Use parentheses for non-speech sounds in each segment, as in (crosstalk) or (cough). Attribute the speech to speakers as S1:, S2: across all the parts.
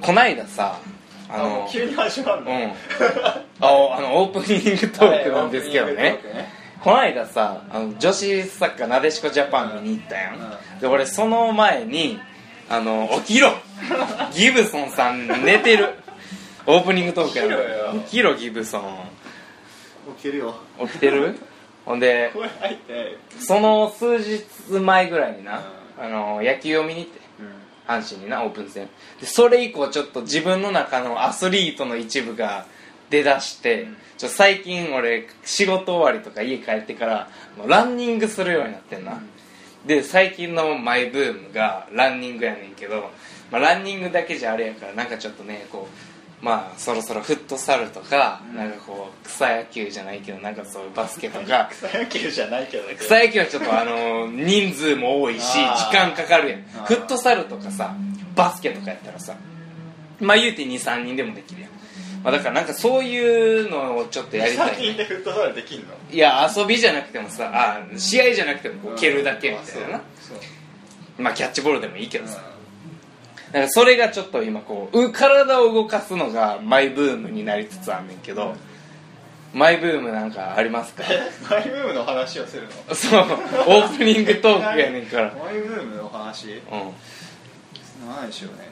S1: こないださあ
S2: あも
S1: の
S2: う急に始まる
S1: う
S2: の (laughs)
S1: んあおあのオープニングトークなんですけど
S2: はいオー
S1: ね
S2: プニングトークね
S1: こないださあの女子サッカーなでしこジャパン見に行ったやん、
S2: う
S1: で俺その前にあの「起き
S2: (laughs)
S1: ろギブソンさん寝てる」オープニングトークや
S2: 起きろよ
S1: 起きろギブソン
S3: 起きてるよ
S1: 起きて
S2: (laughs)
S1: るほんで
S2: 声入ってないよ
S1: その数日前ぐらいにな、あの野球を見に行って阪神になオープン戦でそれ以降ちょっと自分の中のアスリートの一部が出だして、ちょ最近俺仕事終わりとか家帰ってからもうランニングするようになってんな、で最近のマイブームがランニングやねんけど、まあ、ランニングだけじゃあれやからなんかちょっとねこうまあそろそろフットサルとか、なんかこう草野球じゃないけどなんかそういうバスケとか (laughs)
S2: 草野球じゃないけどね
S1: 草野球はちょっとあの人数も多いし
S2: あー
S1: 時間かかるやん
S2: あー
S1: フットサルとかさバスケとかやったらさまあ言うて23人でもできるやん、まあ、だからなんかそういうのをちょっとやりた
S2: 最
S1: い、
S2: 近
S1: ね、
S2: でフットサルできんの
S1: いや遊びじゃなくてもさあ試合じゃなくてもこう蹴るだけみたいなな、
S2: そう
S1: まあキャッチボールでもいいけどさなんかそれがちょっと今こうう体を動かすのがマイブームになりつつあんねんけどマイブームなんかありますか (laughs)
S2: マイブームの話をするの
S1: そうオープニングトークやねんから
S2: マイブームの話
S1: うん
S2: 何でしょうね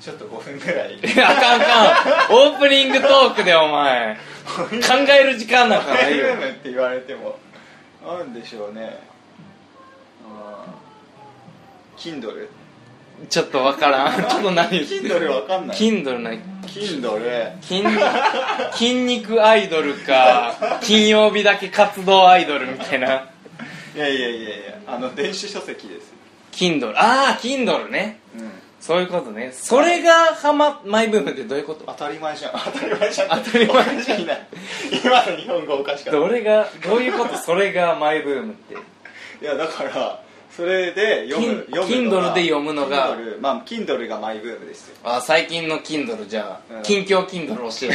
S2: ちょっと5分ぐら
S1: (laughs)
S2: い
S1: あかんあかんオープニングトークでお前考える時間なんかな
S2: マイ
S1: い
S2: ブ
S1: よ
S2: ームって言われてもなんでしょうねキンドル
S1: ちょっとわからんちょっと何言って
S2: キンドルわかんない
S1: キンドルない
S2: キンドル
S1: 筋筋肉アイドルか金曜日だけ活動アイドルみたいない
S2: やいやいやいやあの電子書籍です
S1: キンドルああキンドルね
S2: うん
S1: そういうことねそれがハママイブームってどういうこと
S2: 当たり前じゃん当たり前じゃん
S1: 当たり前
S2: じゃんない今の日本語おかしかった
S1: どれがどういうことそれがマイブームって
S2: いやだからそれで読む
S1: Kin-
S2: 読むのが
S1: Kindle で読むのが
S2: Kindle まあ Kindle がマイブームですよ
S1: あー最近のキンドルじゃ
S2: う
S1: あ
S2: ん
S1: 近況キンドル教えて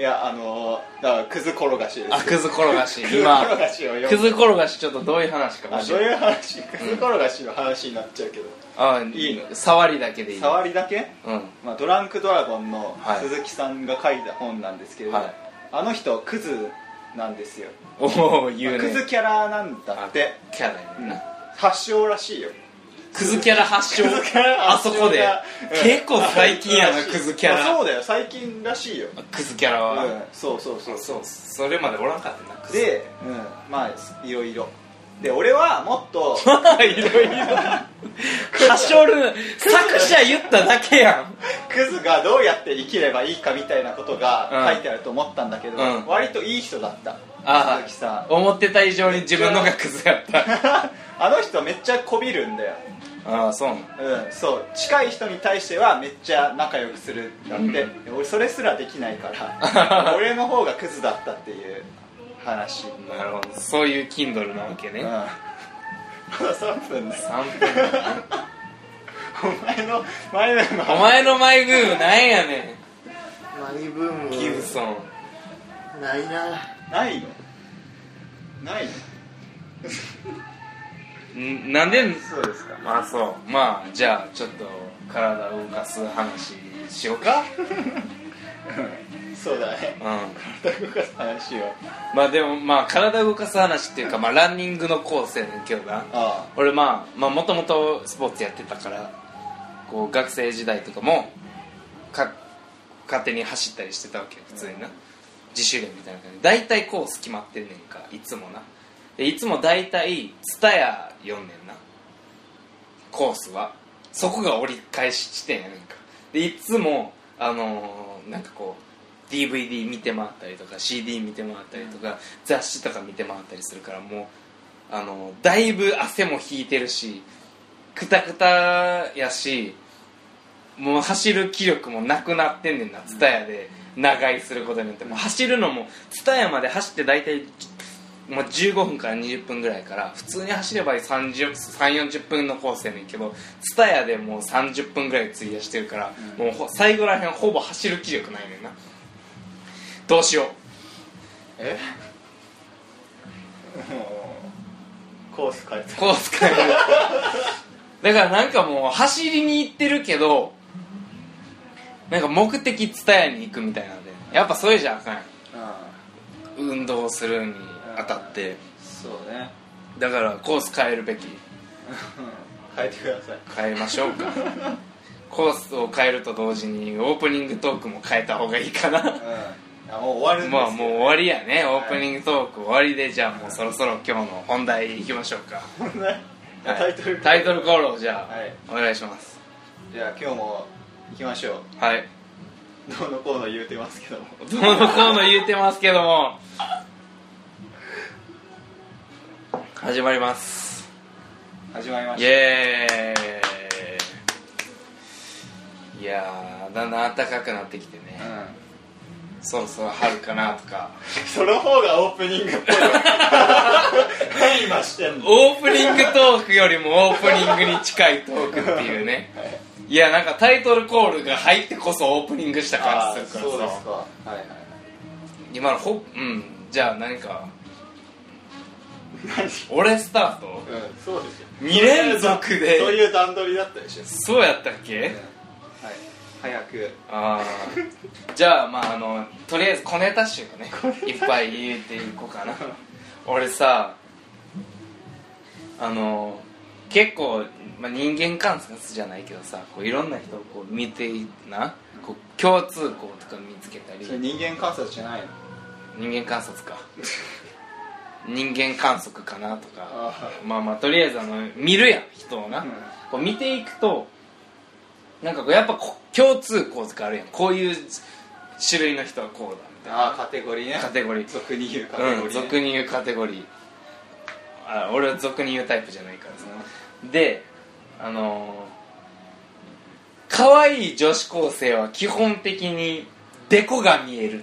S2: いやあのーだからクズ転がしですよ
S1: あくず転がし
S2: クズ
S1: 今
S2: 転がしを
S1: く
S2: 読む
S1: ず転がしちょっとどういう話か
S2: あ
S1: 教
S2: そう
S1: えて
S2: いう話クズ転がしの話になっちゃうけど、
S1: あ
S2: いいの
S1: 触りだけでいい
S2: 触りだけ、
S1: うん
S2: まあ、ドランクドラゴンの
S1: はい
S2: 鈴木さんが書いた本なんですけれど、
S1: はい
S2: あの人クズなんですよ、
S1: おお言う
S2: クズ
S1: ね
S2: キャラなんだって、
S1: キャラやねんな
S2: 発祥らしいよ
S1: クズキャラ発祥
S2: キャラ
S1: あそこで
S2: うん
S1: 結構最近やな
S2: らしい
S1: クズキャ
S2: あ
S1: ラ
S2: そうだよ最近らしいよ、
S1: クズキャラ
S2: う
S1: は
S2: ん、そうそうそう
S1: そうそれまでおらんかったなクズ
S2: で、うん、まあいろいろで俺はも
S1: (laughs)
S2: っと
S1: いろいろはしょる作者言っただけやん
S2: クズがどうやって生きればいいかみたいなことが
S1: うん
S2: 書いてあると思ったんだけど、
S1: うん
S2: 割といい人だった
S1: あ
S2: 鈴木さん (laughs)
S1: 思ってた以上に自分のがクズやった
S2: あの人めっちゃこびるんだよ
S1: ああそうなの
S2: うんそう近い人に対してはめっちゃ仲良くするんだって、俺それすらできないから (laughs) 俺の方がクズだったっていう話うん
S1: なるほどそういう Kindle なわけね
S2: まだ3分だよ
S1: 3分
S2: お前の前の
S1: お前のマイブームなんやね
S3: マイブ
S1: んギブソ
S3: ー
S1: ン
S3: ムないな
S2: ないのないの
S1: んなんで
S2: そうですか
S1: まあそうまあじゃあちょっと体を動かす話しようか
S2: そうだね
S1: うん
S2: 全く話を
S1: まあでもまあ体を動かす話 (laughs) っていうかまあランニングのコースやねんけどな
S2: あ
S1: 俺まあまあもともとスポーツやってたからこう学生時代とかもか勝手に走ったりしてたわけよ普通にな、自主練みたいな感じで大体コース決まってんねんかいつもなでいつも大体蔦屋読んねんなコースはそこが折り返し地点やねんかでいつもあのーなんかこう DVD 見て回ったりとか CD 見て回ったりとか、雑誌とか見て回ったりするからもうあのーだいぶ汗も引いてるしくたくたやしもう走る気力もなくなってんねんな蔦屋で長居することによってもう走るのも蔦屋まで走って大体、まあ、15分から20分ぐらいから普通に走れば340分のコースやねんけど蔦屋でもう30分ぐらい費やしてるから、もうほ最後らへんほぼ走る気力ないねんなどうしよ
S2: えもうコース変え
S1: うコー (laughs) ス変えるだからなんかもう走りに行ってるけどなんか目的伝えに行くみたいなんでやっぱそれじゃあかんやん
S2: う
S1: 運動するにあたって
S2: んそうね
S1: だからコース変えるべき
S2: (laughs) 変えてください
S1: 変えましょうかコースを変えると同時にオープニングトークも変えた方がいいかな
S2: うんあもう終わるんです
S1: まあもう終わりやね
S2: い
S1: オープニングトーク終わりでじゃあもうそろそろ今日の本題いきましょうか、
S2: う終わる
S1: はい
S2: タイトル
S1: タイトルコールをじゃあ、
S2: はい
S1: お願いします
S2: じゃあ今日も行きましょう
S1: はい
S2: どうのこうの言うてますけども
S1: どうのこうの言うてますけども始まります
S2: 始まりま
S1: イ
S2: し
S1: エーイいやーだんだん暖かくなってきてね
S2: た、うん
S1: そろそろ春かなとか
S2: その方がオープニングっぽいわ何今してんの
S1: オープニングトークよりもオープニングに近いトークっていうねいやなんかタイトルコールが入ってこそオープニングした感
S2: あ
S1: じ
S2: ー
S1: す
S2: そ
S1: るからさ
S2: うですかはいはい
S1: 今のほうんじゃあ何か
S2: 何
S1: 俺スタート
S2: うんそうですよ
S1: 二連続で
S2: そういう段取りだったでしょ
S1: そうやったっけ、
S2: はい早く
S1: ああじゃあまああのとりあえず小ネタ集をねいっぱい入れていこうかな俺さあの結構、まあ、人間観察じゃないけどさこういろんな人をこう見ていなこう共通項とか見つけたり
S2: それ人間観察じゃないの
S1: 人間観察か人間観測かなとか
S2: あ
S1: まあまあとりあえずあの見るやん人をな、
S2: うん
S1: こう見ていくとなんかこうやっぱこ共通項とかあるやんこういう種類の人はこうだみたいな
S2: あーカテゴリーね
S1: カテゴリー
S2: 俗に言うカテゴ
S1: う
S2: リ
S1: ん、
S2: ーね
S1: 俗に言うカテゴリーあ俺は俗に言うタイプじゃないからさであのー、可愛い女子高生は基本的にデコが見えるっ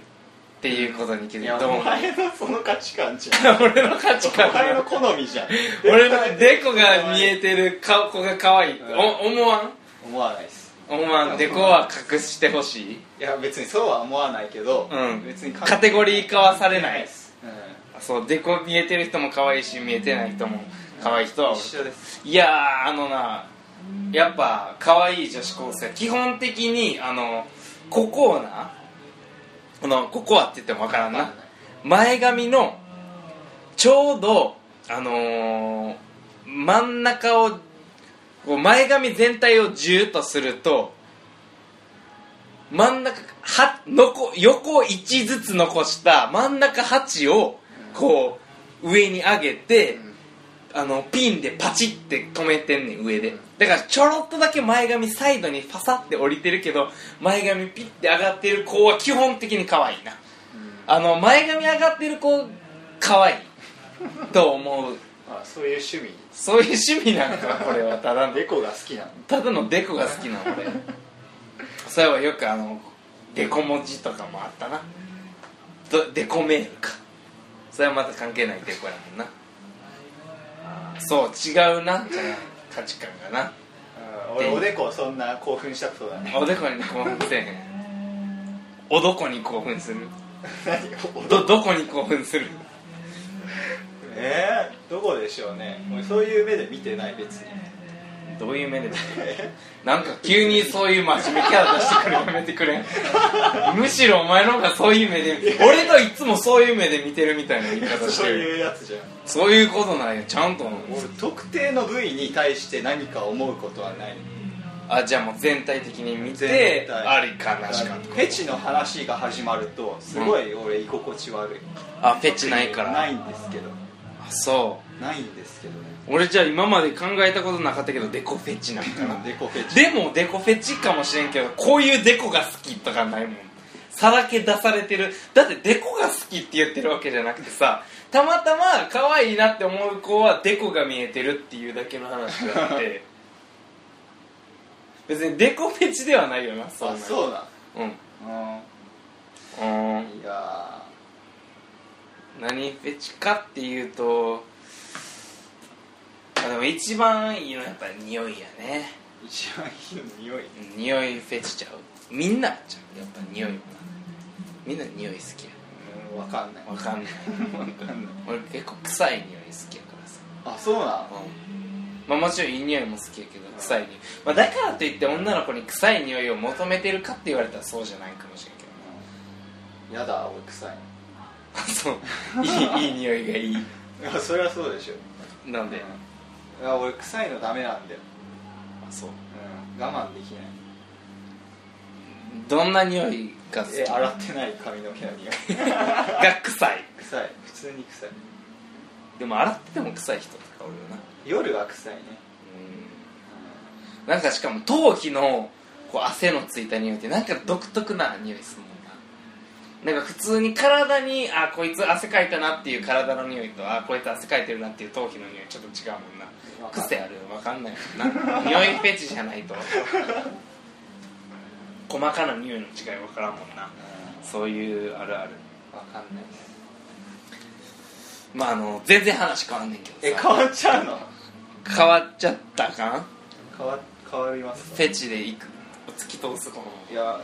S1: ていうことに気
S2: うんい
S1: づ
S2: や
S1: いてどう
S2: お
S1: 思う
S2: 前のその価値観じゃん
S1: (laughs) 俺の価値観
S2: お前の好みじゃん
S1: 俺のデコが見えてる顔子が可愛い、
S2: うん
S1: お思わん
S2: 思わないです
S1: 思わんデコは隠してほしい
S2: いや別にそうは思わないけど、
S1: うん
S2: 別に関係
S1: カテゴリー化はされない
S2: です、う
S1: そうデコ見えてる人も可愛いし見えてない人も可愛い人は
S2: ん、一緒です
S1: いやーあのなやっぱ可愛い女子高生基本的にあのココアなこのココアって言ってもわからんな前髪のちょうどあのー真ん中をこう前髪全体をジューッとすると真ん中はのこ横1ずつ残した真ん中8をこう上に上げて、あのピンでパチって止めてんねん上でだからちょろっとだけ前髪サイドにパサって降りてるけど前髪ピッて上がってる子は基本的に可愛いなあの前髪上がってる子可愛いと思う
S2: あそういう趣味
S1: そういう趣味なんかこれはただの
S2: デコが好きなの
S1: ただのデコが好きなの俺そういえばよくあのデコ文字とかもあったなどデコメールかそれはまた関係ないデコやもんなそう違うなじゃない価値観がな
S2: うん俺おでこそんな興奮したことない
S1: おでこに興奮せえへんおどこに興奮する
S2: 何おでこ
S1: どどこに興奮する
S2: えー、どこでしょうね俺そういう目で見てない別に
S1: どういう目で見てる (laughs) なんか急にそういう真面目キャラ出してくるのやめてくれ (laughs) んむしろお前の方がそういう目 (laughs) で俺がいつもそういう目で見てるみたいな言い方し
S2: そう
S1: てる
S2: いうやつじゃん
S1: そういうことなんよちゃんと
S2: 俺特定の部位に対して何か思うことはない
S1: あじゃあもう全体的に見
S2: 全
S1: て
S2: 体
S1: ありかなしか
S2: フェチの話が始まるとすごい俺居心地悪い、
S1: あフェチないから
S2: ないんですけど
S1: あそ
S2: ないんですけどね
S1: う俺じゃあ今まで考えたことなかったけどデコフェチなんかな
S2: デコフェチ
S1: でもデコフェチかもしれんけどこういうデコが好きとかないもんさらけ出されてるだってデコが好きって言ってるわけじゃなくてさたまたま可愛いなって思う子はデコが見えてるっていうだけの話であって (laughs) 別にデコフェチではないよなそんな
S2: あそうだ
S1: うんう
S2: う
S1: ーん
S2: んいや
S1: 何フェチかっていうとあでも一番いいのはやっぱ匂いやね
S2: ー一番いいの匂い
S1: うん匂いフェチちゃうみんなちゃうやっぱ匂いもなみんな匂い好き
S2: うんわかんない (laughs)
S1: やわかんない
S2: わかんない
S1: 俺結構臭い匂い好きやからさ
S2: あそうなの
S1: うんまあもちろんいい匂いも好きやけど臭い匂い、まあ、だからといって女の子に臭い匂いを求めてるかって言われたらそうじゃないかもしれんけど
S2: やだ俺臭い
S1: あ (laughs) そういいいい匂いがいい
S2: いやそれはそうでしょ
S1: なんで、
S2: いや俺臭いのダメなんだよ、
S1: あそう
S2: うん、我慢できない
S1: どんな匂いが好き
S2: え洗ってない髪の毛の匂い
S1: が臭い
S2: 臭い普通に臭い
S1: でも洗ってても臭い人とかおるよな
S2: 夜は臭いね
S1: うんなんかしかも頭皮のこう汗のついた匂いってなんか独特な匂いするもんななんか普通に体にあこいつ汗かいたなっていう体の匂いとあこいつ汗かいてるなっていう頭皮の匂いちょっと違うもんな
S2: わかんない
S1: 癖あるよ分かんないもんな匂いフェチじゃないと細かな匂いの違い分からんもんなそういうあるある
S2: わかんないね
S1: まああの全然話変わんねんけどさ
S2: え変わっちゃうの
S1: 変わっちゃったらあかん
S2: 変わ変わります
S1: フェチでいく突き通すこ
S2: いやどっ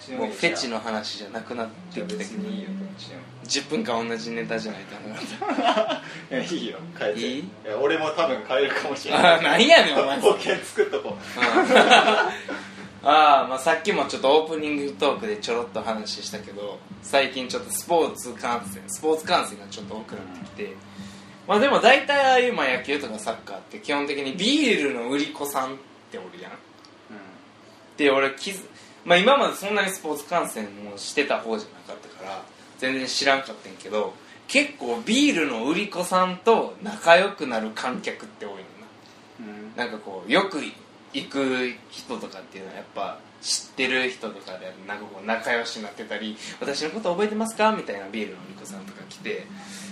S2: ちで
S1: の
S2: も
S1: も
S2: いうい
S1: フェチ
S2: の
S1: の話じゃなくなってきたけど
S2: 別にいいよどっ
S1: (laughs)
S2: ちでも
S1: 10分間同じネタじゃないとダメなんだ
S2: いやいいよ変えて
S1: いい
S2: や俺も多分変えるかもしれ
S1: あ
S2: な
S1: (laughs) あ
S2: い
S1: なんやねんお前
S2: 保険作っとこう
S1: ああまあさっきもちょっとオープニングトークでちょろっと話したけど最近ちょっとスポーツ観戦スポーツ観戦がちょっと多くなってきてまあでも大体ああいうまあ野球とかサッカーって基本的にビールの売り子さんっておるやんで俺気づ、まあ、今までそんなにスポーツ観戦もしてた方じゃなかったから全然知らんかったんやけど結構ビールの売り子さんと仲良くなる観客って多いの
S2: うん、うん
S1: ななんかこうよく行く人とかっていうのはやっぱ知ってる人とかでなんかこう仲良しになってたり「私のこと覚えてますか?」みたいなビールの売り子さんとか来て、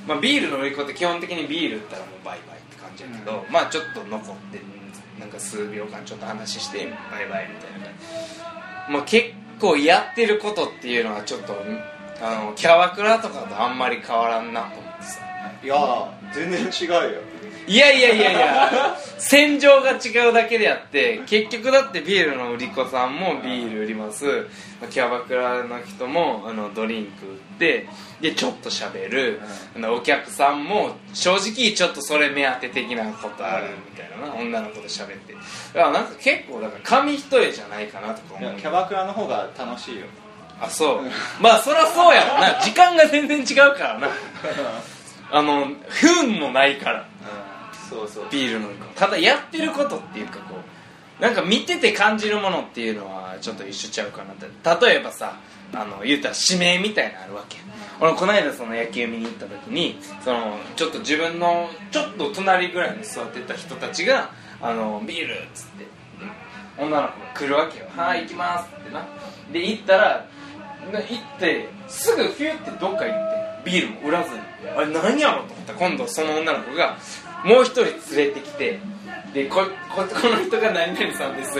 S1: まあ、ビールの売り子って基本的にビール売ったらもうバイバイって感じやけど、まあちょっと残ってなんか数秒間ちょっと話してバイバイみたいな感じもう結構やってることっていうのはちょっとんあのキャバクラとかとあんまり変わらんなと思ってさ
S2: いや全然違うよ
S1: いやいやいやいや戦場が違うだけであって結局だってビールの売り子さんもビール売りますキャバクラの人もあのドリンク売ってでちょっと喋る、あのお客さんも正直ちょっとそれ目当て的なことあるみたいなな女の子と喋ってだからなんか結構だから紙一重じゃないかなとか
S2: い
S1: 思う
S2: やキャバクラの方が楽しいよ
S1: あそうまあそりゃそうやろな時間が全然違う
S2: (laughs)
S1: からなあの不運もないから
S2: そうそう
S1: ビールのただやってることっていうかこうなんか見てて感じるものっていうのはちょっと一緒ちゃうかなって例えばさあの言うたら指名みたいなのあるわけや俺この間その野球見に行った時にそのちょっと自分のちょっと隣ぐらいに座ってた人たちが「あのビール」っつって女の子が来るわけよ「はい行きます」ってなで行ったらな行ってすぐフィュってどっか行ってビールも売らずにあれ何やろうと思ったら今度その女の子がもう一人連れてきてでこここの人が何々さんです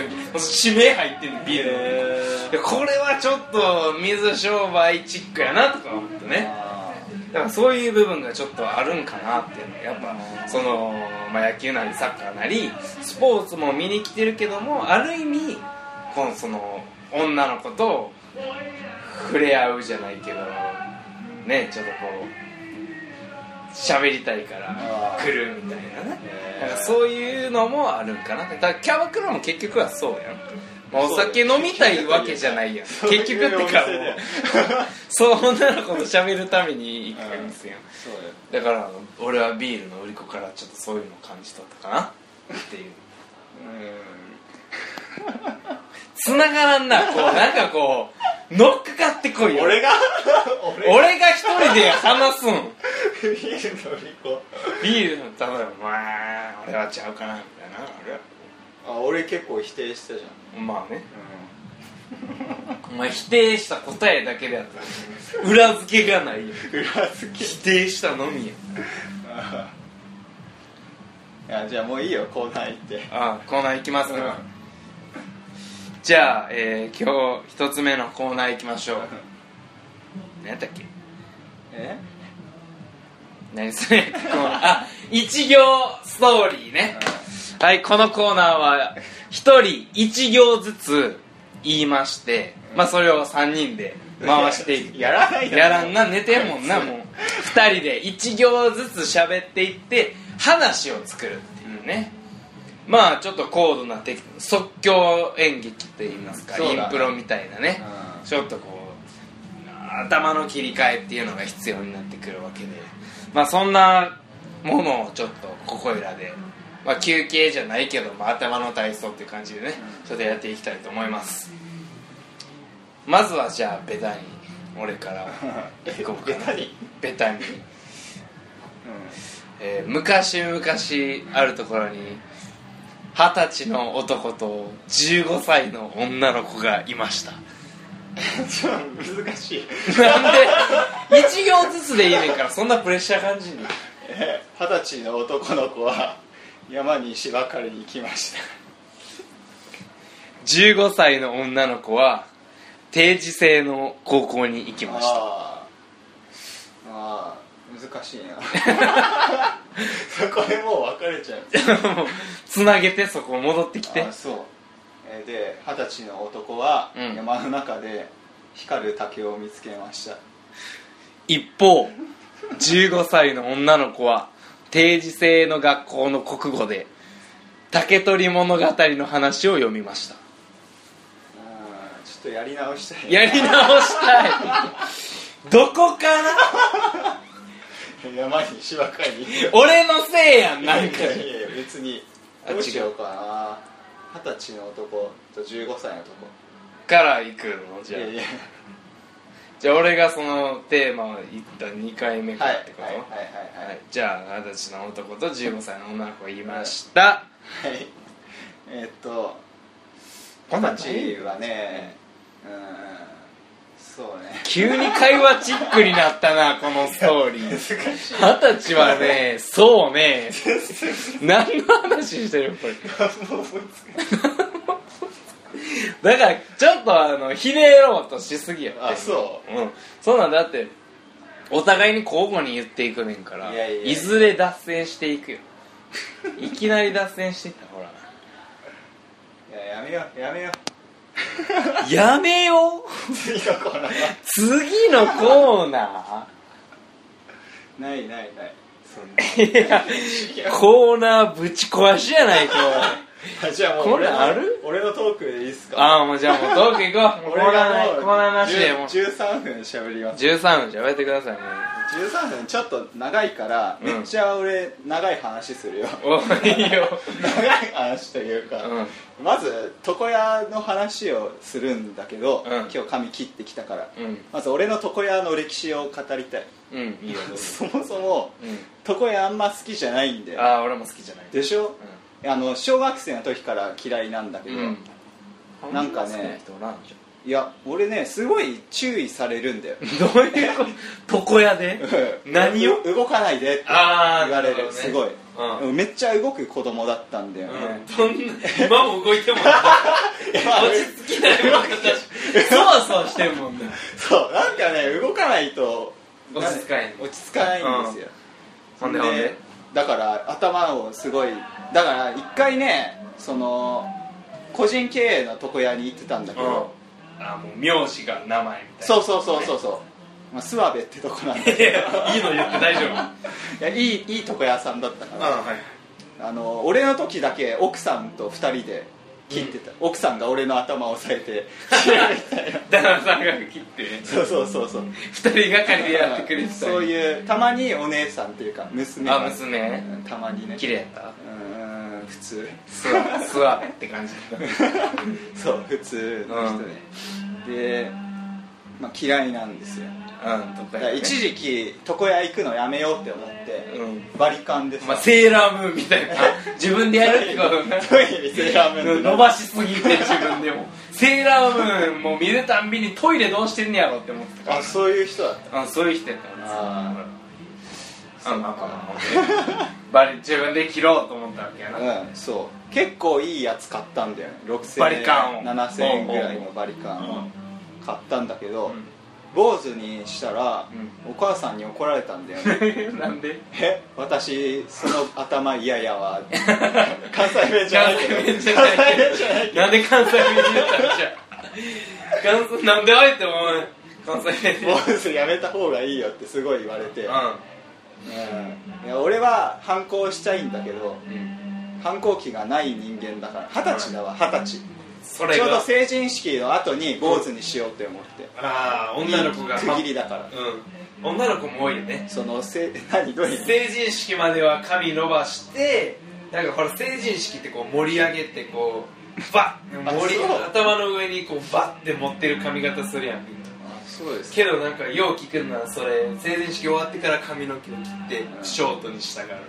S1: 指名入ってんのビールのいやこれはちょっと水商売チックやなとか思ってね
S2: あ
S1: だからそういう部分がちょっとあるんかなっていうのはやっぱその、まあ、野球なりサッカーなりスポーツも見に来てるけどもある意味このその女の子と触れ合うじゃないけどねちょっとこう喋りたいから
S2: あー
S1: 来るみたいなね
S2: へー
S1: なんかそういうのもあるんかなだからキャバクラも結局はそうやん、まあ、お
S2: そうだよ
S1: 酒飲みたいわけじゃないやん
S2: そう
S1: 結局ってかもう
S2: そういうお店で
S1: そう女の子と喋るために行くんですよ、
S2: あそうよ
S1: だから俺はビールの売り子からちょっとそういうのを感じ取ったかなっていう繋がらんなこうなんかこう乗っかかってこいよ
S2: 俺が俺が
S1: (laughs) 俺が一人で話すん
S2: ビールの売り子
S1: ビールの例えばまあ俺はちゃうかなみたいな俺は
S2: あ俺結構否定したじゃん
S1: まあねお前否定した答えだけであったら裏付けがないよ
S2: (laughs) 裏付け
S1: 否定したのみや
S2: あ (laughs) あいやじゃあもういいよコーナー行って
S1: ああコーナー行きますか、
S2: うん
S1: じゃあ、えー今日一つ目のコーナー行きましょう何やったっけ
S2: え
S1: 何それコーナーあ一行ストーリーねはいこのコーナーは一人一行ずつ言いまして、まあそれを3人で回していく
S2: やらない
S1: やらんな寝てんもんなもう2人で1行ずつ喋っていって話を作るっていうねまあちょっと高度なテク即興演劇って言いますか、
S2: そう
S1: イ
S2: だね
S1: ンプロみたいなね、
S2: うん
S1: ちょっとこう頭の切り替えっていうのが必要になってくるわけでまあそんなものをちょっとここいらで、まあ、休憩じゃないけど、まあ、頭の体操っていう感じでねちょっとやっていきたいと思いますまずはじゃあベタに俺から行こうかな
S2: ベタに
S1: ベタにえー昔々あるところに二十歳の男と15歳の女の子がいま
S2: (laughs)
S1: した
S2: (laughs) ちょっと難しい
S1: なんで一行ずつでいいねんからそんなプレッシャー感じんの
S2: えー二十歳の男の子は山に芝刈りに来ました
S1: 15歳の女の子は定時制の高校に行きました
S2: あーあー難し
S1: (laughs)
S2: いなそこでもう別れちゃ
S1: (laughs)
S2: う
S1: もうつなげてそこ戻ってきて
S2: あーそうえーで二十歳の男は
S1: うん
S2: 山の中で光る竹を見つけました、
S1: 一方15歳の女の子は定時制の学校の国語で竹取物語の話を読みました
S2: うんちょっとやり直したい
S1: やり直したいどこから
S2: 山に芝刈りに
S1: 俺のせいやんなんか
S2: いやいやいや別に
S1: あ
S2: どうしようかな二十歳の男と15歳の男
S1: から行くのじゃあ
S2: いやいや
S1: じゃあ俺がそのテーマを言った2回目か
S2: はい
S1: ってこと、
S2: はいはい
S1: は
S2: はいい
S1: じゃあ二十歳の男と15歳の女の子が言いました
S2: はい、はい、えーっと
S1: こんなん
S2: 二十歳はねうんそうね
S1: 急に会話チックになったなこのストーリー
S2: 難しい
S1: 二十歳はねそうね何の話してるこれ (laughs)
S2: もう思いつかない
S1: だからちょっとあのひねろうとしすぎやって
S2: あそう
S1: うんそうなんだってお互いに交互に言っていくねんから
S2: いやいや
S1: ずれ脱線していく
S2: (laughs)
S1: よいきなり脱線していったほら
S2: ういややめようやめよう
S1: やめよう
S2: 次のコーナーは
S1: 次のコーナ
S2: ないないないそんな
S1: ーいやコーナーぶち壊しやないか
S2: あじゃあもう
S1: こん
S2: 俺
S1: なん
S2: の
S1: ある
S2: 俺のトークでいいですか
S1: ああもうじゃあもうトーク行こうもう
S2: 俺
S1: コーナーない
S2: がもう
S1: コーナーなしでもう
S2: 10 13分しゃべります
S1: 13分じゃやめてくださいも
S2: 13分ちょっと長いから、
S1: うん
S2: めっちゃ俺長い話す
S1: (laughs)
S2: るよ
S1: うおいいよ
S2: 長い話というか、まず床屋の話をするんだけど、
S1: うん
S2: 今日髪切ってきたから、
S1: うん
S2: まず俺の床屋の歴史を語りたい
S1: うんいいよどうぞ
S2: (laughs) そもそも
S1: う
S2: 床屋あんま好きじゃないんだ
S1: ん
S2: よ
S1: ああ俺も好きじゃない
S2: でしょ、あの小学生の時から嫌いなんだけど、
S1: うん、
S2: なんかね
S1: 好きな人おらんじ
S2: いや俺ねすごい注意されるんだよ
S1: ゃんどういうこと床屋で何を
S2: う動かないでって
S1: あー
S2: 言われ
S1: なる
S2: る
S1: ほどね
S2: すご
S1: う
S2: い、
S1: ん
S2: でもめっちゃ動く子供だったんだよね、
S1: そんな今も動いてもん落ち着きないもんそわそわしてんもんね
S2: (laughs) そうなんかね動かないと
S1: 落ち着かへん
S2: 落ち着かないんですよ、
S1: ほんでほんで
S2: だから頭をすごいだから一回ねその個人経営の床屋に行ってたんだけど、
S1: あもう名字が名前みたいな
S2: そうそうそうそうそう、まあ、諏訪部ってとこなんだけど
S1: い (laughs) やいいの言って大丈夫あ
S2: いやいいいい床屋さんだったから、
S1: はい
S2: あの俺の時だけ奥さんと2人で切ってた、奥さんが俺の頭を押さえ
S1: (laughs)
S2: て切るみたいな
S1: 旦那さんが切ってね
S2: そうそうそうそう
S1: 二人がかりでやってくれてた
S2: そう
S1: う
S2: いうたまにお姉さんっていうか娘
S1: あ
S2: が
S1: 娘
S2: うんたまにね
S1: 綺麗やった
S2: うーん普通
S1: スワスワって感じ
S2: そう普通の人で、で、まあ、嫌いなんですよ
S1: うんと
S2: だ
S1: か
S2: から一時期床屋行くのやめようって思って、
S1: うん
S2: バリカンです、
S1: まあ、セーラームーンみたいな自分でやるってことね
S2: トイレセーラームーン
S1: 伸ばしすぎて自分でもセーラームーンもう見るたんびにトイレどうしてんねやろって思ってた
S2: あそういう人だった
S1: あそういう人やったんです
S2: あ
S1: あまあまあまあバリ自分で切ろうと思ったわけやな、
S2: うんそう結構いいやつ買ったんだよね6000
S1: バリカンを
S2: 円7000円ぐらいのバリカンを買ったんだけど、坊主にしたら、
S1: う
S2: お母さんに怒られたんだよね
S1: (laughs) うんなんで
S2: え私その頭嫌やわ関西弁じゃな
S1: 関
S2: いけ
S1: 西
S2: ど
S1: 弁じゃない
S2: 関西弁じゃないけど
S1: なんで関西弁言ったんじゃん関西なんであえてお前関西弁で
S2: 坊主やめた方がいいよってすごい言われて、
S1: う
S2: うんいや俺は反抗したいんだけ
S1: ん、
S2: ど
S1: うん、
S2: 反抗期がない人間だから二十歳だわ二十
S4: そ
S2: 歳
S4: れ
S2: ちょうど
S4: が
S2: 成人式の後に坊主にしようって思って
S4: ああ女の子が
S2: 区切りだから
S4: うん女の子も多いよね
S2: そのせ何どういう意味
S4: 成人式までは髪伸ばしてなんかほら成人式ってこう盛り上げてこうバッ
S2: あ
S4: 盛り
S2: そう
S4: 頭の上にこうバッて持ってる髪型するやんみんな
S2: そうです
S4: けどなんかよう聞くのはそれ成人式終わってから髪の毛を切ってショートにしたがる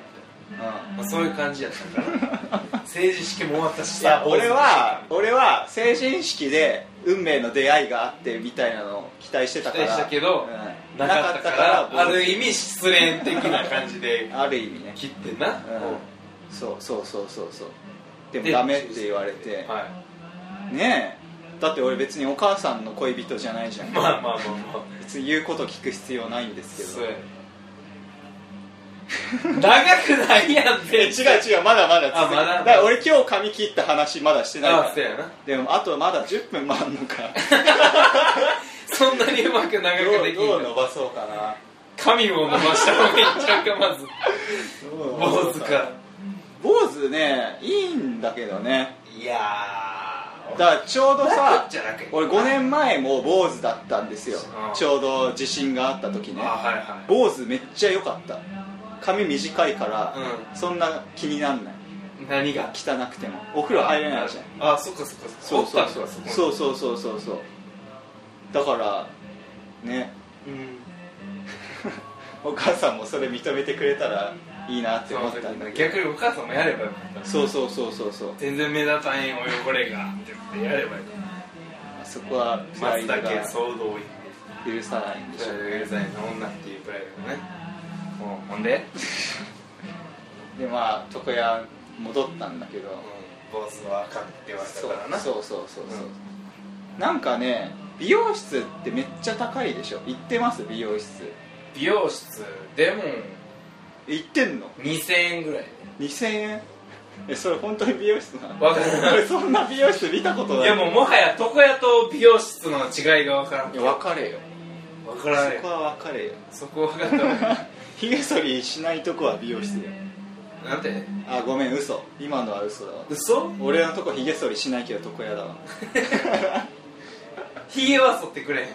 S4: みたいな、まあ、そういう感じやったから成人式も終わったし
S2: (laughs) い
S4: さ
S2: や俺は俺は成人式で運命の出会いがあってみたいなのを期待してた
S4: 坊主
S2: か
S4: に
S2: ら
S4: したけど、
S2: うん
S4: な
S2: な
S4: か
S2: か
S4: っ
S2: ったた
S4: か
S2: からら
S4: ある意味失恋的な感じで
S2: ある意味ね
S4: 切ってな、
S2: うんそうそうそうそうそうでも
S4: で
S2: ダメって言われて
S4: は
S2: ねえだって俺別にお母さんの恋人じゃないじゃん
S4: い、まあまあまあまあ
S2: 別に言うこと聞く必要ないんです
S4: そ
S2: け
S4: う
S2: ど
S4: や長くないやんって
S2: え違う違うまだまだ
S4: あ
S2: 続く
S4: まだ
S2: だから俺今日髪切った話まだしてない
S4: あ
S2: か
S4: そう
S2: ら
S4: やな
S2: でもあとまだ10分もあんのか
S4: そんなにうまく長く
S2: ど
S4: で
S2: う
S4: きん
S2: どう
S4: の
S2: 伸ばそうかな
S4: 髪を伸ばした方がいいんちゃうかまず坊主か
S2: 坊主ねいいんだけどね
S4: いや
S2: だからちょうど
S4: さ
S2: さ
S4: じゃなくて
S2: 俺5年前も坊主だったんですよ
S4: うん
S2: ちょうど地震があった時
S4: あ
S2: ね
S4: はいはい
S2: 坊主めっちゃ良かった髪短いから、
S4: う
S2: そんな気になんない
S4: 何が
S2: 汚くてもお風呂入れないじゃん
S4: あそっかそっか
S2: そう
S4: そ
S2: そ
S4: っ
S2: う
S4: か
S2: そう
S4: そこ
S2: そうそうそうそうそうだからね
S4: うん
S2: お母さんもそれ認めてくれたらいいなって思ったんだけ
S4: 逆にお母さんもやればよかった
S2: どそうそうそうそうそう
S4: 全然目立たへんお汚れがって言ってやればいい
S2: そこはプラ
S4: 松
S2: イドが
S4: だけ
S2: 許
S4: 騒動い
S2: さないんでしょう
S4: うるさいな女っていうプライドがね
S1: ほうほんで
S2: でまあ床屋戻ったんだけど
S4: 坊主はあかんって言われた
S2: そう
S4: からな
S2: そうそうそうそうなんかね美容室ってめっちゃ高いでしょ行ってます美容室
S1: 美容室でも
S2: 行ってんの
S1: 2000円ぐらい
S2: 2000円えそれ本当に美容室なの
S1: わかんない
S2: 俺そんな美容室見たことない
S1: いやもうもはや床屋と美容室の違いが分からん
S2: いや分かれよ
S1: 分からない
S2: そこは分かれよ (laughs)
S1: そこ分かったわ
S2: ひげ剃りしないとこは美容室だよ
S1: (laughs) なんて
S2: あごめん嘘今のは嘘だわ
S1: 嘘
S2: 俺のとこひげ剃りしないけど床屋だわ
S1: ひげは剃ってくれへん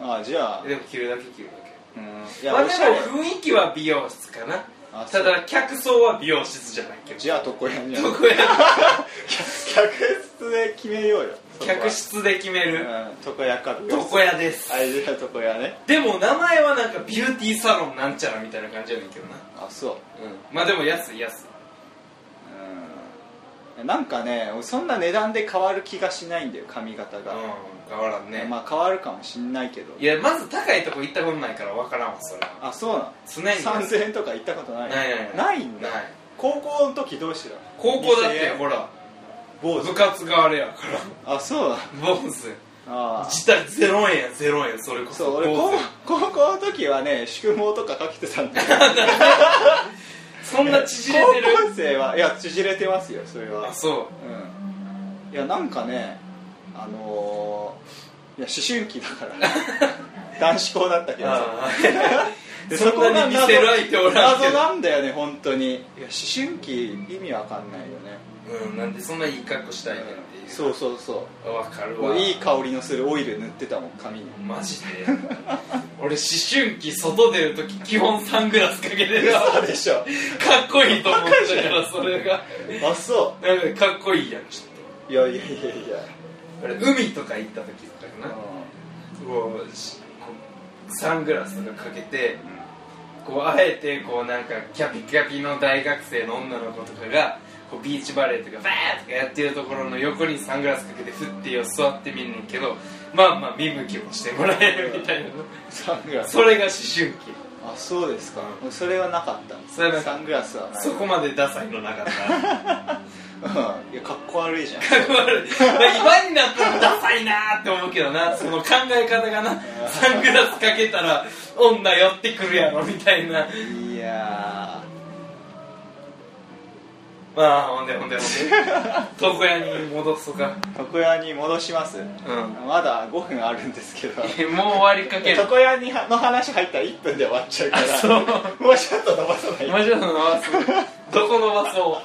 S2: あじゃあ
S1: でも着るだけ着るだけ
S2: うんい
S1: まあ
S2: やお
S1: で
S2: しゃれ
S1: も雰囲気は美容室かな
S2: あそ
S1: た
S2: う
S1: だ客層は美容室じゃないけど
S2: じゃあ床屋にゃ
S1: 床屋
S2: (laughs) 客室で決めようよ
S1: 客室で決め
S2: うん
S1: る
S2: 床屋か美容室
S1: 床屋です
S2: あじゃあ床屋ね
S1: でも名前はなんかビューティーサロンなんちゃらみたいな感じやねんけどな
S2: あそう
S1: うんまあでも安い安い
S2: うんなんかね俺そんな値段で変わる気がしないんだよ髪型
S1: う
S2: が、
S1: ん変わらんね
S2: まあ変わるかもしんないけど
S1: いやまず高いとこ行ったことないから分からんわそれは
S2: あそうな
S1: 常
S2: の
S1: に
S2: 3000円とか行ったことない
S1: ないない
S2: ないんだ
S1: ない
S2: 高校の時どうしてたの
S1: 高校だっ
S2: 2000
S1: て
S2: 円
S1: ほら
S2: 坊主
S1: 部活があれやから
S2: あそうだ
S1: 坊主
S2: あ
S1: 自体0円や0円それこ
S2: あ
S1: そ
S2: そう俺
S1: 坊
S2: 高
S1: 主
S2: 高校の時はね宿毛とかかけてたんだよ
S1: そんな縮れてる
S2: 高校生はいや縮れてますよそれは
S1: あそう
S2: うんいやなんかねあのー、いや思春期だか
S1: (laughs)
S2: ら男子校だったけどさ
S1: あ
S2: で
S1: そんなに見せられておらんけど
S2: 謎なんだよね本当にいや思春期意味わかんないよね
S1: あうんなんでそんないい格好したいねんっていう
S2: そうそうそ
S1: わか
S2: う
S1: る
S2: も
S1: わ
S2: ういい香りのするオイル塗ってたもん髪に
S1: マジで俺思春期外出るとき基本サングラスかけてるわか
S2: 嘘でしょ
S1: っこいいと思ったからそれが
S2: あそ
S1: なんかかっこいいやんちょっ
S2: ういやいやいやいや
S1: と俺海とか行った時とかなこうしこうサングラスとかかけてこうあえてこうなんかキャピキャピの大学生の女の子とかがこうビーチバレーとかバーとかやってるところの横にサングラスかけてふってよ座ってみんねんけどまあまあ見向きもしてもらえるみたいな
S2: サングラス
S1: それが思春期
S2: あそうですか、それはなかった
S1: それはなかった
S2: サングラスはない
S1: そこまでダサいの (laughs) なかった
S2: うんいやかっこ悪いじゃん
S1: 今になったらダサいなーって思うけどなその考え方がなサングラスかけたら女寄ってくるやろみたいない
S2: (laughs) や
S1: まあほんでほ (laughs) んでほんで床屋に戻すとか
S2: ー床屋に戻します
S1: うん
S2: まだ5分あるんですけど
S1: えもう終わりかける
S2: 床屋にはの話入ったら1分で終わっちゃうから
S1: そう
S2: もうちょっと伸ばさない
S1: マジで伸ばすどこ伸ばそ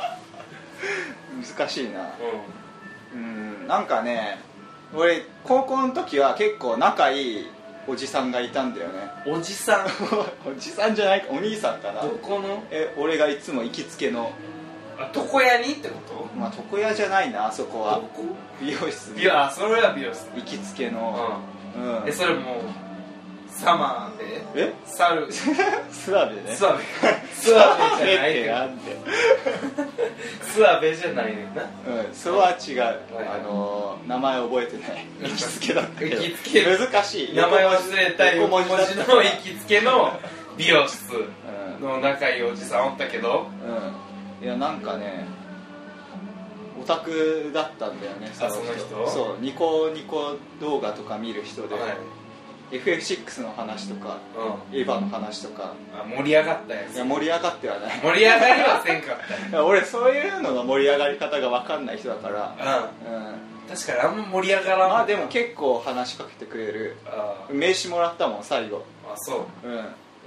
S1: う
S2: 難しいな
S1: う
S2: うんなんかね俺高校の時は結構仲いいおじさんがいたんだよね (laughs)
S1: んおじさん
S2: おじさんじゃないかお兄さんかな
S1: どこの
S2: え俺がいつも行きつけの
S1: あ床屋にってこ
S2: まあ床屋じゃないなあそことは
S1: どこ
S2: 美容室
S1: いやそれは美容室
S2: 行きつけのうん
S1: えそれもうサマーで
S2: え
S1: サル
S2: スワベね
S1: スワベスワベじゃな
S2: スワベって
S1: (laughs) スワベじ
S2: ないんで
S1: ゃないねんな
S2: うんそれは違う、
S1: はい
S2: あのー名前覚えてない行きつけだったけど
S1: 行きつけ
S2: 難しい
S1: 名前を忘れた
S2: 横
S1: 横
S2: 文
S1: 文
S2: 字
S1: 字
S2: だ
S1: の
S2: った
S1: 行きつけの美容室
S2: う
S1: の仲いいおじさんおったけど
S2: ん、うん、いやなんかねオタクだったんだよね
S1: あその人
S2: そうニコニコ動画とか見る人で、
S1: はい
S2: FF6 の話とか
S1: う
S2: エヴァの話とか
S1: んあ盛り上がったや
S2: い
S1: つ
S2: や盛り上がってはない (laughs)
S1: 盛り上がりはせんかっ
S2: いや俺そういうのの盛り上がり方が分かんない人だから
S1: たうん
S2: うん
S1: 確かにあんま盛り上がらん
S2: まあでも結構話しかけてくれる
S1: あ
S2: 名刺もらったもん最後
S1: あそう
S2: うん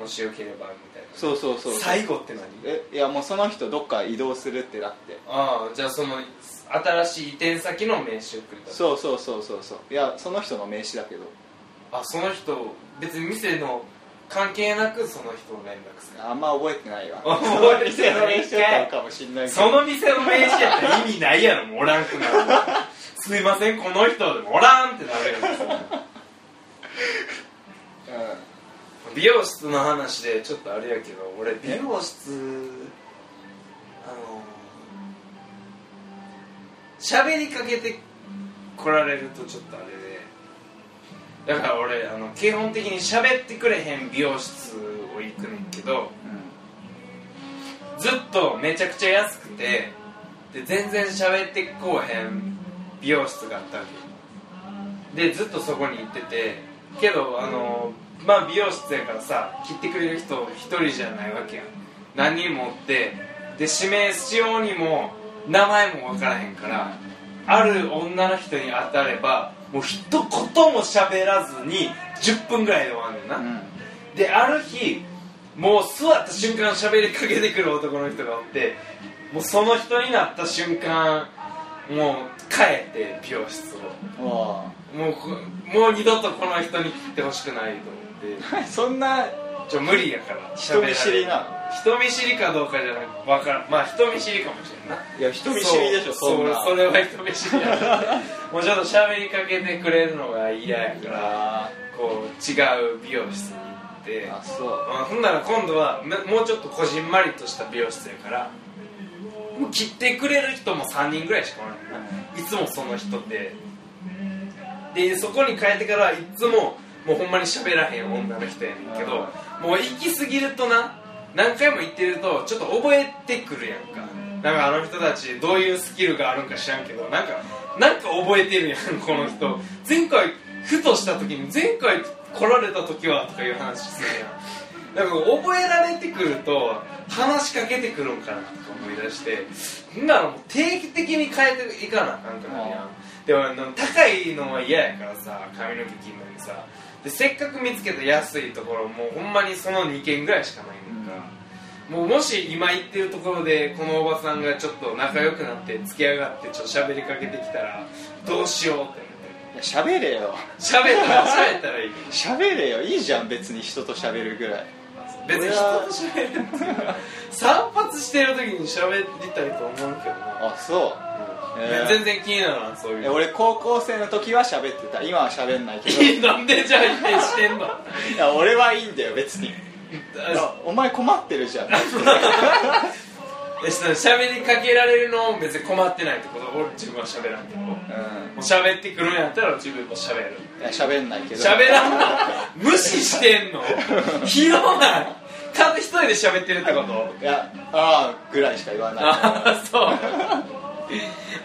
S1: もしよければみたいな
S2: そうそうそう
S1: 最後って何
S2: えいやもうその人どっか移動するってなって
S1: ああじゃあその新しい移転先の名刺をくれた
S2: そうそうそうそうそういやその人の名刺だけど
S1: あその人別に店の関係なくその人を連絡する
S2: あんま覚えてない (laughs) わ
S1: 覚えてない
S2: その店 (laughs) の名刺だったのかもしんないけど
S1: その店の名刺やったら意味ないやろもうおらんくなるすいませんこの人でもおらんってなるやん美容室の話でちょっとあれやけど俺美容室あの喋りかけて来られるとちょっとあれでだから俺あの基本的に喋ってくれへん美容室を行くねんけど
S2: うん、うん
S1: ずっとめちゃくちゃ安くてで全然喋ってこうへん美容室があったわけでずっとそこに行っててけどあのまあ美容室やからさ切ってくれる人一人じゃないわけやん何人もおってで指名しようにも名前も分からへんからある女の人に当たればもう一言も喋らずに10分ぐらいで終わんねんな、
S2: うん
S1: である日もう座った瞬間喋りかけてくる男の人がおってもうその人になった瞬間もう帰って美容室を
S2: わ
S1: もうこもう二度とこの人に切ってほしくないと思って
S2: あそんな
S1: ちょ無理やから
S2: 人見知
S1: 喋ら
S2: り
S1: れ
S2: な
S1: 人見知りかどうかじゃなくわからんまあ人見知りかもしれんな
S2: のいや人見知りでしょ
S1: そ
S2: そう
S1: そ
S2: ん
S1: う
S2: な
S1: それは人見知りやからもうちょっと喋りかけてくれるのが嫌やから
S2: あ
S1: こう違う美容室に行って
S2: ーあそう
S1: あほんなら今度はめもうちょっとこじんまりとした美容室やからもう切ってくれる人も3人ぐらいしかおらんねんないつもその人ででそこに変えてからいつももうほんまに喋らへん女の人やねんけどもう行き過ぎるとな何回も行ってるとちょっと覚えてくるやんかなんかあの人たちどういうスキルがあるんか知らんけどなんかなんか覚えてるやんこの人前回ふとした時に前回来られた時はとかいう話するやんなんか覚えられてくると話しかけてくるんかなとか思い出してほんならもう定期的に変えていかなあかんくなるやんでもあの高いのは嫌やからさ髪の毛切るのにさでせっかく見つけた安いところもうほんまにその2軒ぐらいしかないねんから、もうもし今行ってるところでこのおばさんがちょっと仲良くなって付き上がってちょっと喋りかけてきたらどうしようって
S2: いや喋れよ
S1: 思って喋ったら喋ったらいい
S2: 喋れよいいじゃん別に人と喋るぐらい
S1: 別に人と喋るっていうか散髪してる時に喋りたいと思うけどな、
S2: あそうえー
S1: 全然気にならんそういう
S2: え俺高校生の時は喋ってた今は喋んな
S1: (laughs)
S2: いけど
S1: いいなんでじゃあ否定してんの
S2: (laughs) いや俺はいいんだよ別にいやお前困ってるじゃん
S1: えその喋りかけられるのも別に困ってないってこと俺自分は喋らんけどもう
S2: う
S1: 喋ってくるんやったら自分も喋る
S2: んいや喋んないけど
S1: 喋らんの無視してんのひどないただ一人で喋ってるってこと
S2: いやああぐらいしか言わない
S1: ああそう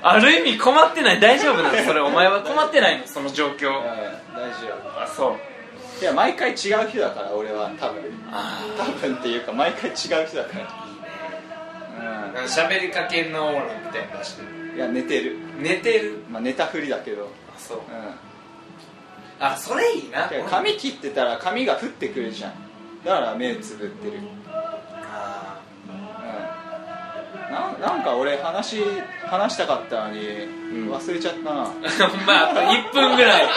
S1: ある意味困ってない大丈夫なのそれお前は困ってないのその状況
S2: うん大丈
S1: あそう
S2: 夫いや毎回違う人だから俺は多分
S1: あ
S2: 多分っていうか毎回違う人だ
S1: いい
S2: か
S1: ね
S2: ら
S1: 喋りかけんなオーラみたいな出してる
S2: うんいや寝てる
S1: 寝てる
S2: まあ寝たふりだけど
S1: あそう
S2: うん
S1: あそれいいない
S2: や髪切ってたら髪が降ってくるじゃんだから目つぶってるうん
S1: あ
S2: なんなんか俺話話したかったのに
S1: ん
S2: 忘れちゃったな、
S1: ほんまあと1分ぐらい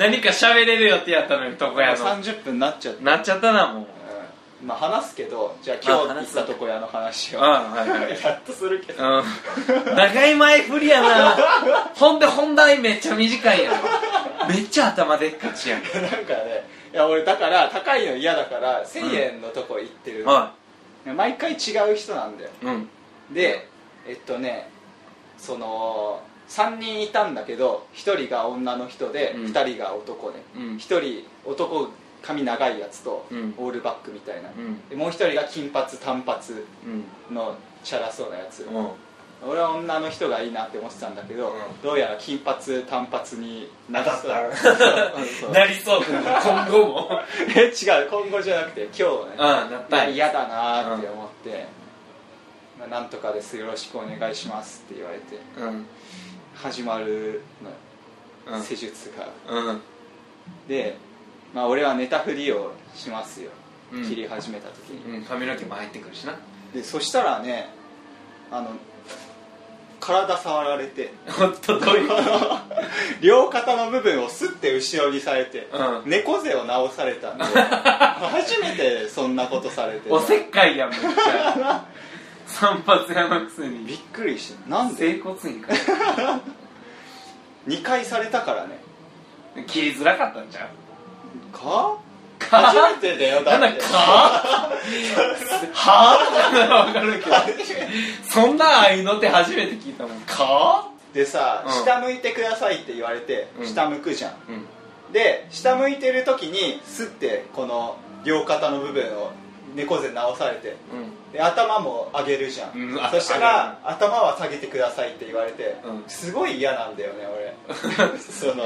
S1: 何か喋れる予定やったのに床屋の
S2: 30分になっちゃった、
S1: なっちゃったなもう
S2: うんまあ話すけどじゃあ今日
S1: あ
S2: 行
S1: 話
S2: っ
S1: す
S2: たとこ屋の話を
S1: ああはいはい
S2: やっとするけど
S1: うん長い前振りやなほんで本題めっちゃ短いやろめっちゃ頭でっかちやん
S2: なんかねいや俺だから高いの嫌だから1000円のとこ行ってる、
S1: は
S2: 毎回違う人なんだよ
S1: いうん
S2: でえっとねその3人いたんだけど1人が女の人で、
S1: うん
S2: 2人が男で、
S1: うん
S2: 1人男髪長いやつと、
S1: うん
S2: オールバックみたいな、
S1: うん
S2: でもう1人が金髪短髪
S1: うん
S2: のチャラそうなやつ、
S1: うん
S2: 俺は女の人がいいなって思ってたんだけど、
S4: うん
S2: どうやら金髪短髪になりそう
S4: なっ
S2: (laughs) そう
S1: なりそう今後も
S2: え違う今後じゃなくて今日ね
S1: うんなっ
S2: ま
S1: た
S2: あ嫌だなーって思って、まあ、なんとかですよろしくお願いしますって言われて
S1: うん
S2: 始まるの
S1: う
S2: よ
S1: ん
S2: 施術が、
S1: うん
S2: で、まあ、俺は寝たふりをしますよ、
S1: うん
S2: 切り始めた時に、
S1: うん髪の毛も入ってくるしな
S2: でそしたらねあの体触られて (laughs)
S1: ほんとどういうこ
S2: 両肩の部分をスッて後ろにされて、
S1: うん
S2: 猫背を直された
S1: (laughs)
S2: んで初めてそんなことされて
S1: とおせっかいやんめっちゃ散髪屋のくせに
S2: びっくりしてなんで
S1: 整骨院か
S2: 2回されたからね
S1: 切りづらかったんちゃう
S2: か初めてだよだ
S1: なんだ
S2: っ
S1: か
S2: て
S1: はぁわかるけどそんな愛の手初めて聞いたもんか
S2: でさ、
S1: うん
S2: 下向いてくださいって言われて
S1: うん
S2: 下向くじゃん、
S1: うん
S2: で下向いてる時にスッてこの両肩の部分を猫背直されてで頭も上げるじゃ
S1: う
S2: ん、
S1: んあ
S2: そしたら頭は下げてくださいって言われて、
S1: うん
S2: すごい嫌なんだよね
S1: (laughs)
S2: 俺その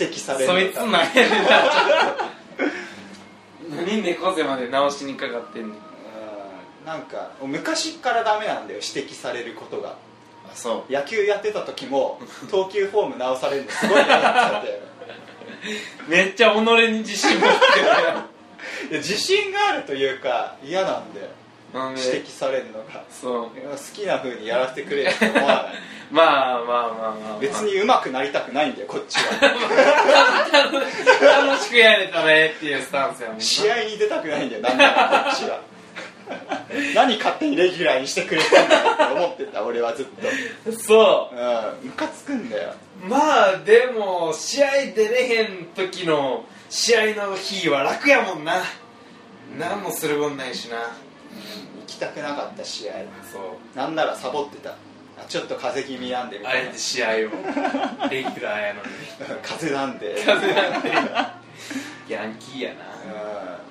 S2: 指摘される
S1: そい
S2: の
S1: つ
S2: が
S1: 何やねんなちょっと何猫背まで直しにかかってんの
S2: うんなんか昔っからダメなんだよ指摘されることが
S1: あそ
S2: 野球やってた時
S1: (laughs)
S2: も投球フォーム直されるのすごい嫌だったんだよ
S1: うめっちゃ己に自信持ってる
S2: いや自信があるというか嫌なんだよ
S1: やんなん
S2: 指
S1: で
S2: 摘されるのが
S1: そう
S2: いや好きな風にやらせてくれって思わない
S1: まあまあまあまあ、まあ、
S2: 別に上手くなりたくないんだよこっち (laughs) は
S1: 楽しくやれたねっていうスタンスやもんな
S2: 試合に出たくないんだよなんならこっち (laughs) は何勝手にレギュラーにしてくれたんだよって思ってた俺はずっと
S1: そ
S2: うんムカつくんだよ
S1: うまあでも試合出れへん時の試合の日は楽やもんな何もするもんないしな
S2: 行きたくなかった試合
S1: そう
S2: なんならサボってたあちょっと風邪気味なんでみ
S1: あ
S2: たい
S1: え
S2: な
S1: て試合をレギュラーやのに
S2: うん風邪なんで
S1: ヤンキーやな
S2: うん